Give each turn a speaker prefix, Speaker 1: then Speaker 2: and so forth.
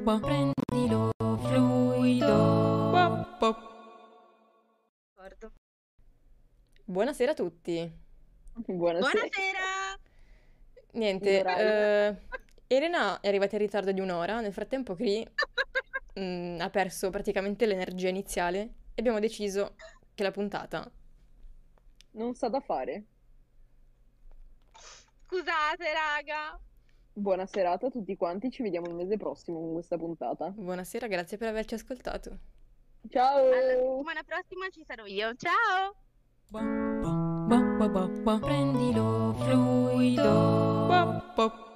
Speaker 1: Prendilo fluido.
Speaker 2: D'accordo.
Speaker 3: Buonasera a tutti.
Speaker 2: Buonasera.
Speaker 4: Buonasera!
Speaker 3: Niente,
Speaker 2: Buonasera.
Speaker 3: eh, Elena è arrivata in ritardo di un'ora, nel frattempo Cree mm, ha perso praticamente l'energia iniziale e abbiamo deciso che la puntata...
Speaker 2: Non sa da fare.
Speaker 4: Scusate, raga!
Speaker 2: Buona serata a tutti quanti, ci vediamo il mese prossimo con questa puntata.
Speaker 3: Buonasera, grazie per averci ascoltato.
Speaker 4: Alla
Speaker 2: Ciao!
Speaker 4: settimana prossima ci sarò io. Ciao!
Speaker 1: Prendilo fluido.
Speaker 3: Pop, pop.